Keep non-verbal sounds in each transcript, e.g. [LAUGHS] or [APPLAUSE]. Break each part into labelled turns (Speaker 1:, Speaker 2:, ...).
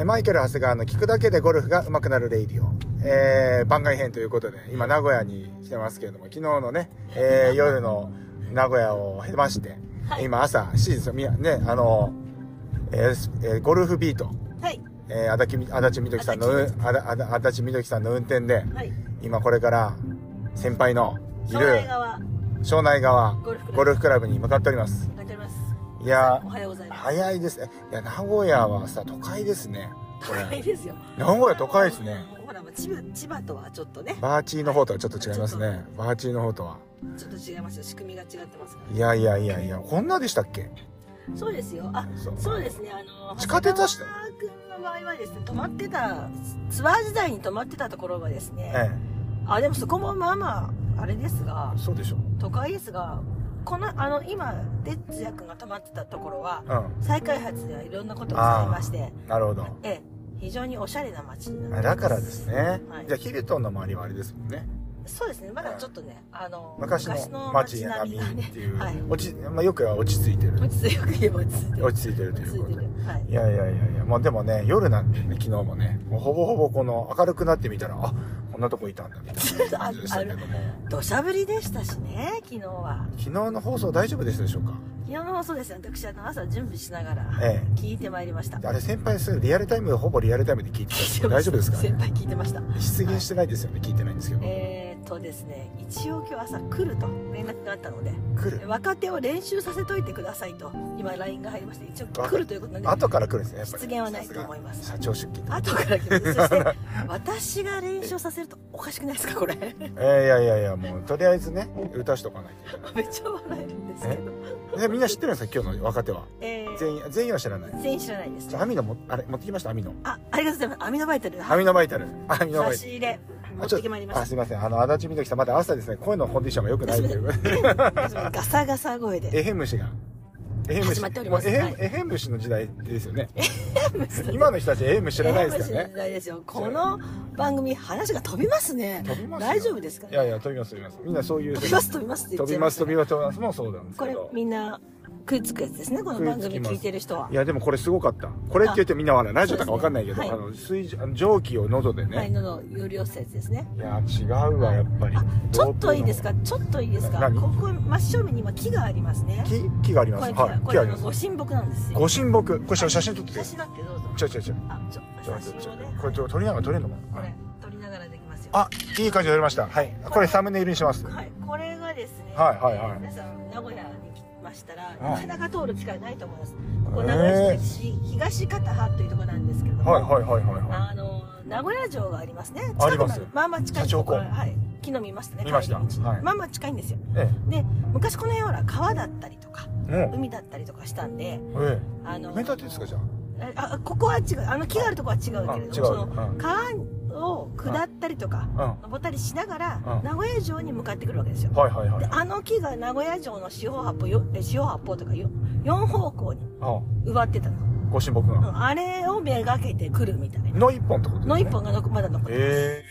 Speaker 1: えマイケル・長谷川の聞くだけでゴルフが上手くなるレイディオ、えー番外編ということで、今名古屋に来てますけれども、昨日のね、えー夜の名古屋を経まして、今朝7時ですよ、みやね、あの、えーすえーゴルフビート、
Speaker 2: はい
Speaker 1: えー足立み足立みどきさんの、うあだあだ足立みどきさんの運転で、
Speaker 2: はい
Speaker 1: 今これから先輩のい
Speaker 2: 庄
Speaker 1: る
Speaker 2: 内川
Speaker 1: 庄内川
Speaker 2: ゴルフクラブ
Speaker 1: ゴルフクラブに向かっております。
Speaker 2: なっております
Speaker 1: いや
Speaker 2: おはようござい
Speaker 1: ー、
Speaker 2: ます
Speaker 1: 早いですね。いや、名古屋はさ、都会ですね。これ
Speaker 2: 高いですよ
Speaker 1: 名古屋都会ですね
Speaker 2: ほらまあ千葉千葉とはちょっとね
Speaker 1: バーチーの方とはちょっと違いますねバーチーの方とは
Speaker 2: ちょっと違いますよ仕組みが違ってますから
Speaker 1: いやいやいやいやこんなでしたっけ
Speaker 2: そうですよあ
Speaker 1: そう
Speaker 2: そうですねあの
Speaker 1: 地下鉄走って
Speaker 2: 長谷川君の場合はですね泊まってたツアー時代に泊まってたところがですね、
Speaker 1: え
Speaker 2: あでもそこもまあまああれですが
Speaker 1: えそうでしょ
Speaker 2: 都会ですがこのあの今哲也君が泊まってたところは
Speaker 1: う
Speaker 2: 再開発ではいろんなことがされまして
Speaker 1: んなるほど
Speaker 2: ええ非常におしゃれな街になってます
Speaker 1: だからですね、
Speaker 2: はい
Speaker 1: じゃあヒルトンの周りはあれですもんね
Speaker 2: そうですねまだちょっとねあの
Speaker 1: 昔の町並み
Speaker 2: がね
Speaker 1: っていう、
Speaker 2: はい、
Speaker 1: 落ちまあ、よくは落ち着いてる
Speaker 2: 落ち着いてよく言えば落ち着いてる
Speaker 1: 落ち着いてるということで
Speaker 2: 落ち着いてるはい
Speaker 1: いやいやいやいやもうでもね夜なんでね昨日もねもうほぼほぼこの明るくなってみたらあこんなとこいたんだみた [LAUGHS] いな感じでしたけども
Speaker 2: 土砂降りでしたしね昨日は
Speaker 1: 昨日の放送大丈夫でしたでしょうか
Speaker 2: 昨日の放送ですね私あの朝準備しながら
Speaker 1: え
Speaker 2: 聞いてまいりました、
Speaker 1: あれ先輩すぐリアルタイムほぼリアルタイムで聞いて [LAUGHS] たんですけど大丈夫ですか、
Speaker 2: 先
Speaker 1: ね、
Speaker 2: 輩聞いてました
Speaker 1: 失言してないですよね聞いてないんですけど、
Speaker 2: えー、っとですね一応今日朝来ると連絡があったので
Speaker 1: 来る
Speaker 2: 若手を練習させといてくださいと今 LINE が入りまして一応
Speaker 1: 若手
Speaker 2: 来るということなんで
Speaker 1: 後から来るんですねやっぱり
Speaker 2: 失言はないと思います
Speaker 1: さが社長出勤
Speaker 2: 後から来ますそして私が練習させるとおかしくないですかこれめ
Speaker 1: えーいやいやいやもうとりあえずね歌しとかないとい
Speaker 2: [LAUGHS]
Speaker 1: け
Speaker 2: っちゃ笑えるんですけど
Speaker 1: ないでみんな知ってるんですか今日の若手は
Speaker 2: えー
Speaker 1: 全員全員は知らない
Speaker 2: 全員知らないです
Speaker 1: じゃあアミノもあれ持ってきましたアミノ
Speaker 2: あありがとうございますアミノバイタル
Speaker 1: アミノバイタルアミノバ
Speaker 2: 差
Speaker 1: イ
Speaker 2: し
Speaker 1: タル
Speaker 2: 入れ持
Speaker 1: あ
Speaker 2: っ
Speaker 1: ちょ
Speaker 2: てきまいりま
Speaker 1: あ
Speaker 2: し
Speaker 1: すいませんあの足立みどきさんまだ朝ですね声のコンディションが良くないということで
Speaker 2: たガサガサ声で [LAUGHS]
Speaker 1: エヘムシがエヘ
Speaker 2: 始まっております
Speaker 1: もうエヘ
Speaker 2: はい
Speaker 1: エヘムシの時代ですよね今の人たちエヘムシ知らないですから
Speaker 2: 知
Speaker 1: ね
Speaker 2: らないですよこの番組話が飛びますね
Speaker 1: 飛びますよ
Speaker 2: 大丈夫ですか
Speaker 1: いやいや飛びます飛びますみんなそういう
Speaker 2: 飛びます飛びますって言
Speaker 1: 飛
Speaker 2: っちゃ
Speaker 1: び
Speaker 2: いま
Speaker 1: ますす飛びます飛びますもうそうなんです
Speaker 2: こ
Speaker 1: け
Speaker 2: れ
Speaker 1: ど
Speaker 2: みんな食いつくやつですねこの番組聞いてる人はい
Speaker 1: やでもこれすごかったこれって言ってみんな笑うラジオとかわかんないけど、
Speaker 2: そうです
Speaker 1: あ
Speaker 2: ね
Speaker 1: の水蒸あの蒸気を喉でね、、
Speaker 2: はいいのの有料施設ですね
Speaker 1: や違うわやっぱり
Speaker 2: あちょっといいですかちょっといいですか
Speaker 1: 何
Speaker 2: ここ真正面に今木がありますね
Speaker 1: 木木がありま
Speaker 2: こ
Speaker 1: す
Speaker 2: れ木,、
Speaker 1: はい
Speaker 2: こ
Speaker 1: 木
Speaker 2: れ
Speaker 1: があ
Speaker 2: あ
Speaker 1: り
Speaker 2: の
Speaker 1: ます
Speaker 2: ご神木なんですよ
Speaker 1: ご神木これ写真撮ってくだ
Speaker 2: 写
Speaker 1: さ
Speaker 2: 真だってどうぞ
Speaker 1: いちょいちょいちょい
Speaker 2: あちょ
Speaker 1: ちょ
Speaker 2: 写
Speaker 1: ちょち
Speaker 2: 真
Speaker 1: ょ
Speaker 2: をね
Speaker 1: これ撮撮りながら撮れるのか
Speaker 2: こ
Speaker 1: な、は
Speaker 2: れ
Speaker 1: い、
Speaker 2: 撮りながらできますよ
Speaker 1: あいい感じで撮れましたはいこれサムネイルにします
Speaker 2: はいこれがですね
Speaker 1: はいはいはい
Speaker 2: 皆さん名古屋に来ましたら
Speaker 1: は
Speaker 2: ないかなか通る機会ないと思いますここ名古屋市東片羽というところなんですけれども
Speaker 1: はいはいはいはいは
Speaker 2: あの名古屋城がありますね。近く
Speaker 1: あります
Speaker 2: なのまあまあ近い
Speaker 1: 社長湖
Speaker 2: はい。昨日見ましたね。
Speaker 1: 見ました
Speaker 2: 帰り道
Speaker 1: はい
Speaker 2: まあまあ近いんですよ。
Speaker 1: いえ
Speaker 2: で、昔この辺はほら川だったりとか
Speaker 1: えも
Speaker 2: 海だったりとかしたんで、
Speaker 1: うえ
Speaker 2: あ
Speaker 1: え
Speaker 2: の
Speaker 1: 埋め立てですかじゃあ
Speaker 2: えああここは違う。あの木があるとこは違うけれど
Speaker 1: あ
Speaker 2: も、
Speaker 1: 違う
Speaker 2: その
Speaker 1: うん
Speaker 2: 川を下ったりとか
Speaker 1: うん
Speaker 2: 登ったりしなが
Speaker 1: う
Speaker 2: ら
Speaker 1: ん
Speaker 2: 名古屋城に向かってくるわけですよ。
Speaker 1: はいはいはい
Speaker 2: で、あの木が名古屋城の四方八方よえ四方八方とかよ四方向に
Speaker 1: あ
Speaker 2: 奪ってたの。うん
Speaker 1: ご神木が
Speaker 2: あれをめがけてくるみたいな。
Speaker 1: の一本ってことですね
Speaker 2: の一本がのこまだ残ってます。
Speaker 1: え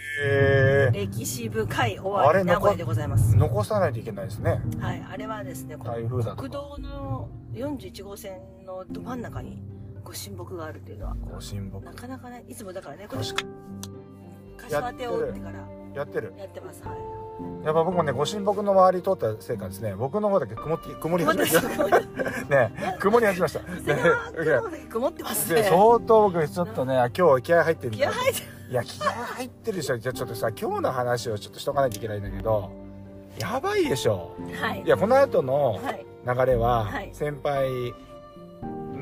Speaker 1: え
Speaker 2: 歴史深い
Speaker 1: あ
Speaker 2: 終わ
Speaker 1: れ
Speaker 2: り名古屋でございます
Speaker 1: 残さないといけないですね
Speaker 2: はいあれはですねこの
Speaker 1: 台風だと
Speaker 2: 国道の41号線のど真ん中にご神木があるっていうのは
Speaker 1: ご神木
Speaker 2: なかなかねいつもだからねこれ
Speaker 1: 確か
Speaker 2: 柏手を打ってから
Speaker 1: やってる
Speaker 2: やってますはい
Speaker 1: やっぱ僕もねご神木の周り通ったせいかですね僕の方だけ曇って曇り
Speaker 2: 曇っ
Speaker 1: 始
Speaker 2: てま
Speaker 1: めた
Speaker 2: す曇ってま
Speaker 1: [LAUGHS] ね曇り始めました
Speaker 2: [LAUGHS] す瀬川君の方だけ曇ってます
Speaker 1: で
Speaker 2: ね
Speaker 1: 相当僕ちょっとね今日気合入ってるん
Speaker 2: 気
Speaker 1: だ
Speaker 2: 合入って
Speaker 1: いや気合入ってるでしょじゃあちょっとさ今日の話をちょっとしとかないといけないんだけどやばいでしょ
Speaker 2: るはい
Speaker 1: いやこの後の
Speaker 2: はい
Speaker 1: 流れは
Speaker 2: はい
Speaker 1: 先輩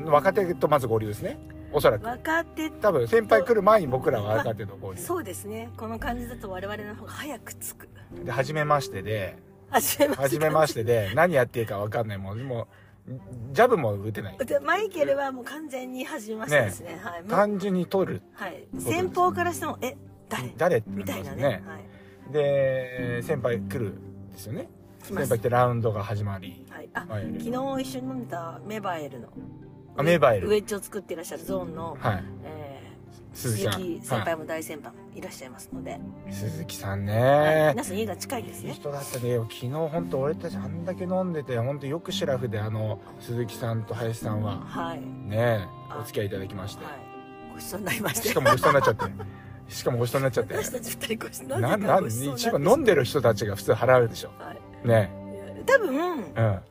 Speaker 1: 若手とまず合流ですねおそらく
Speaker 2: 若手
Speaker 1: 多分先輩来る前に僕らは若手と合流
Speaker 2: そうですねこの感じだと我々の方が早く着く
Speaker 1: で初めまして
Speaker 2: [LAUGHS]
Speaker 1: で
Speaker 2: 初めまして
Speaker 1: 初めましてで何やっていいか分かんないもうもうジャブも打てない
Speaker 2: でマイケルはもう完全に初めましてですねはいもう
Speaker 1: 単純に取る
Speaker 2: はい、先方からしても「え誰?」
Speaker 1: 誰って
Speaker 2: み
Speaker 1: な
Speaker 2: た
Speaker 1: り
Speaker 2: い
Speaker 1: ます
Speaker 2: な
Speaker 1: よ
Speaker 2: ね
Speaker 1: ね
Speaker 2: はい、
Speaker 1: で先輩来るんですよね
Speaker 2: 来ま
Speaker 1: 先
Speaker 2: す
Speaker 1: 輩来てラウンドが始まり
Speaker 2: はい、あ
Speaker 1: はい
Speaker 2: 昨日一緒に飲んだメバエルの
Speaker 1: あメバエ
Speaker 2: ウ
Speaker 1: ル
Speaker 2: エッジを作っていらっしゃるゾーンの、
Speaker 1: はい
Speaker 2: えー
Speaker 1: 鈴木
Speaker 2: 鈴
Speaker 1: さん
Speaker 2: 木先
Speaker 1: は
Speaker 2: 輩も大先輩もいらっしゃいますので、
Speaker 1: い鈴木さん
Speaker 2: はい
Speaker 1: ね
Speaker 2: 皆さん家が近いんです
Speaker 1: いい
Speaker 2: ね
Speaker 1: 人だったね昨日本当俺たちあんだけ飲んでて本当よくシラフであの鈴木さんと林さんは
Speaker 2: はい、
Speaker 1: ね
Speaker 2: あ
Speaker 1: お付き合いいただきまして
Speaker 2: はい、こごちそうになりました
Speaker 1: しかもごちそうになっちゃってしかもごちそうになっちゃって
Speaker 2: 私たち二人ごちそう
Speaker 1: な
Speaker 2: なぜ
Speaker 1: ん
Speaker 2: か
Speaker 1: なん
Speaker 2: ごちそうになって
Speaker 1: 一番飲んでる人たちが普通払うでしょ
Speaker 2: はい
Speaker 1: ね
Speaker 2: 多分
Speaker 1: うん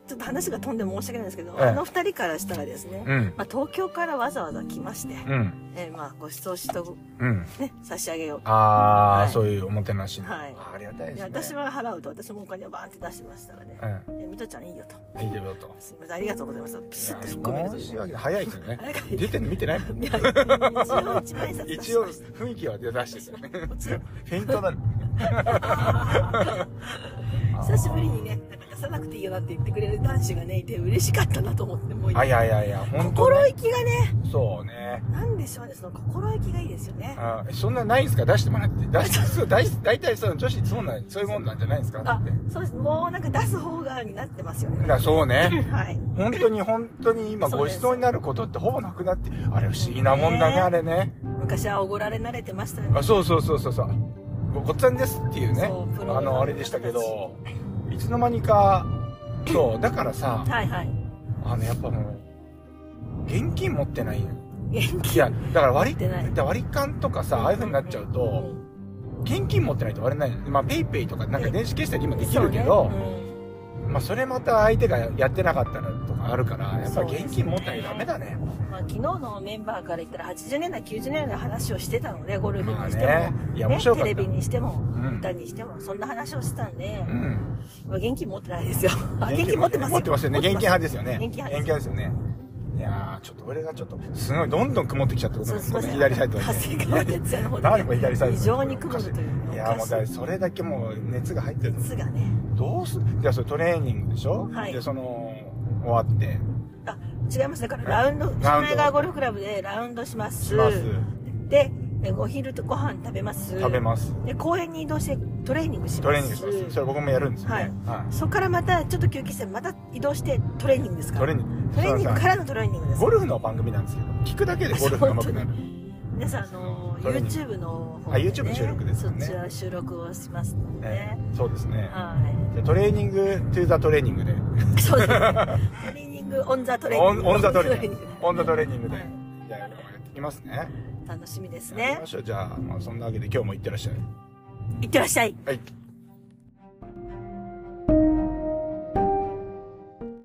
Speaker 2: ちょっと話が飛んで申し訳ないんですけど、
Speaker 1: ええ
Speaker 2: あの二人からしたらですね、
Speaker 1: うん
Speaker 2: まあ、東京からわざわざ来まして、
Speaker 1: うん
Speaker 2: えーまあご馳走しと、
Speaker 1: うん
Speaker 2: ね、差し上げようと。
Speaker 1: ああ、
Speaker 2: はい
Speaker 1: そういうおもてなしの、
Speaker 2: はい
Speaker 1: ありがたいです
Speaker 2: で
Speaker 1: ね
Speaker 2: 私は払うと、私もお金をバーンって出してましたからね。
Speaker 1: う
Speaker 2: えーみとちゃんいいよと。
Speaker 1: んいいけどと
Speaker 2: すみません、ありがとうございます。ピシッと引っ込めると
Speaker 1: 申
Speaker 2: い
Speaker 1: し
Speaker 2: う。
Speaker 1: 訳ない早いですよね
Speaker 2: あれかい
Speaker 1: 出てるの見てないもん
Speaker 2: いや、一応一万円札出し
Speaker 1: 一応
Speaker 2: まし
Speaker 1: 雰囲気は出してたよね
Speaker 2: もちろん
Speaker 1: フェイントだ [LAUGHS] ね
Speaker 2: た。久しぶりにね、なんか出さなくていいよなって言ってくれる男子がね、いて嬉しかったなと思って、もう、
Speaker 1: あいやいやいや本当
Speaker 2: 心
Speaker 1: ね
Speaker 2: 意気がね、
Speaker 1: そうね
Speaker 2: なんでしょうね、その心意気がいいですよね。
Speaker 1: あそんなないんすか出してもらって出
Speaker 2: [LAUGHS]
Speaker 1: してそう大大体そう女子そうなんそういうもんなんじゃないんですかだ
Speaker 2: あ
Speaker 1: って、
Speaker 2: そうです。もうなんか出す方がになってますよ
Speaker 1: だ
Speaker 2: ね。
Speaker 1: からそうね
Speaker 2: [LAUGHS] はい。
Speaker 1: 本当に本当に今
Speaker 2: そう
Speaker 1: ご
Speaker 2: で
Speaker 1: ち
Speaker 2: す
Speaker 1: そうになることってほぼなくなってあれ不思議なもんだね
Speaker 2: ね
Speaker 1: あれね
Speaker 2: 昔はおごられ慣れてましたよね
Speaker 1: あそうそうそうそうそうごごっつぁんですっていうね
Speaker 2: そうプロの
Speaker 1: あのあれでしたけどいつの間にかそうだからさ
Speaker 2: [LAUGHS] はいはい
Speaker 1: あのやっぱもう現金持ってない
Speaker 2: 元気
Speaker 1: いやだから割
Speaker 2: 持っ
Speaker 1: り
Speaker 2: てない
Speaker 1: だから割り勘とかさああいう風になっちゃうと現金持ってないと割れないじゃんまあペイペイとかなんか電子決済で今できるけど、
Speaker 2: そうね
Speaker 1: まあそれまた相手がやってなかったらとかあるからやっぱり現金持ってないとダメだね
Speaker 2: うんまあ、昨日のメンバーから言ったら80年代90年代の話をしてたのでゴルフ
Speaker 1: まあ
Speaker 2: にしても、
Speaker 1: ねいや面白か
Speaker 2: テ
Speaker 1: った
Speaker 2: レビにしても、
Speaker 1: ん
Speaker 2: 歌にしてもそんな話をしてたんで、
Speaker 1: うん
Speaker 2: まあ現金持ってないですよあ現金持ってます
Speaker 1: 持ってますよね現金派ですよね
Speaker 2: 現金派です
Speaker 1: 現金派ですよねいやーちょっと俺がちょっとすごいどんどん曇ってきちゃってごめん
Speaker 2: そうすいません
Speaker 1: 左サイドに
Speaker 2: 長谷川哲也の方で
Speaker 1: 何も左サイド
Speaker 2: 非常に曇るというね
Speaker 1: いやーもうだからそれだけもう熱が入ってる
Speaker 2: 熱がね
Speaker 1: どうすじゃあそれトレーニングでしょ、
Speaker 2: はい
Speaker 1: でその終わって
Speaker 2: あ違いますだからラウンド
Speaker 1: ラウンド
Speaker 2: 島根川ゴルフクラブでラウンドします
Speaker 1: します
Speaker 2: でえお昼とご飯食べます
Speaker 1: 食べます
Speaker 2: で公園に移動してトレーニングします
Speaker 1: トレーニングしますそれ僕もやるんですよね、は
Speaker 2: そこからまたちょっと休憩してまた移動してトレーニングです
Speaker 1: い
Speaker 2: か
Speaker 1: ト
Speaker 2: ら
Speaker 1: レーニング
Speaker 2: トレーニングからのトレーニングです
Speaker 1: ゴルフの番組なんですけど聞くだけでゴルフが上手くなる
Speaker 2: 皆さんあの
Speaker 1: トレーニング
Speaker 2: YouTube の方
Speaker 1: あ YouTube の収録ですよね
Speaker 2: そっちは収録をしますので
Speaker 1: え
Speaker 2: ね、
Speaker 1: えそうですね
Speaker 2: は
Speaker 1: でトレーニングトゥーザトレーニングで
Speaker 2: いそうですねトレーニングオンザトレー
Speaker 1: オ
Speaker 2: ニン
Speaker 1: ン
Speaker 2: グ
Speaker 1: オンザトレーニングオンザトレーニングで
Speaker 2: はい
Speaker 1: じゃあやってきますね
Speaker 2: [LAUGHS] 楽しみです
Speaker 1: やり
Speaker 2: ね
Speaker 1: ましょうじゃあ、まあ、そんなわけで今日もいってらっしゃい
Speaker 2: いってらっしゃい
Speaker 1: はい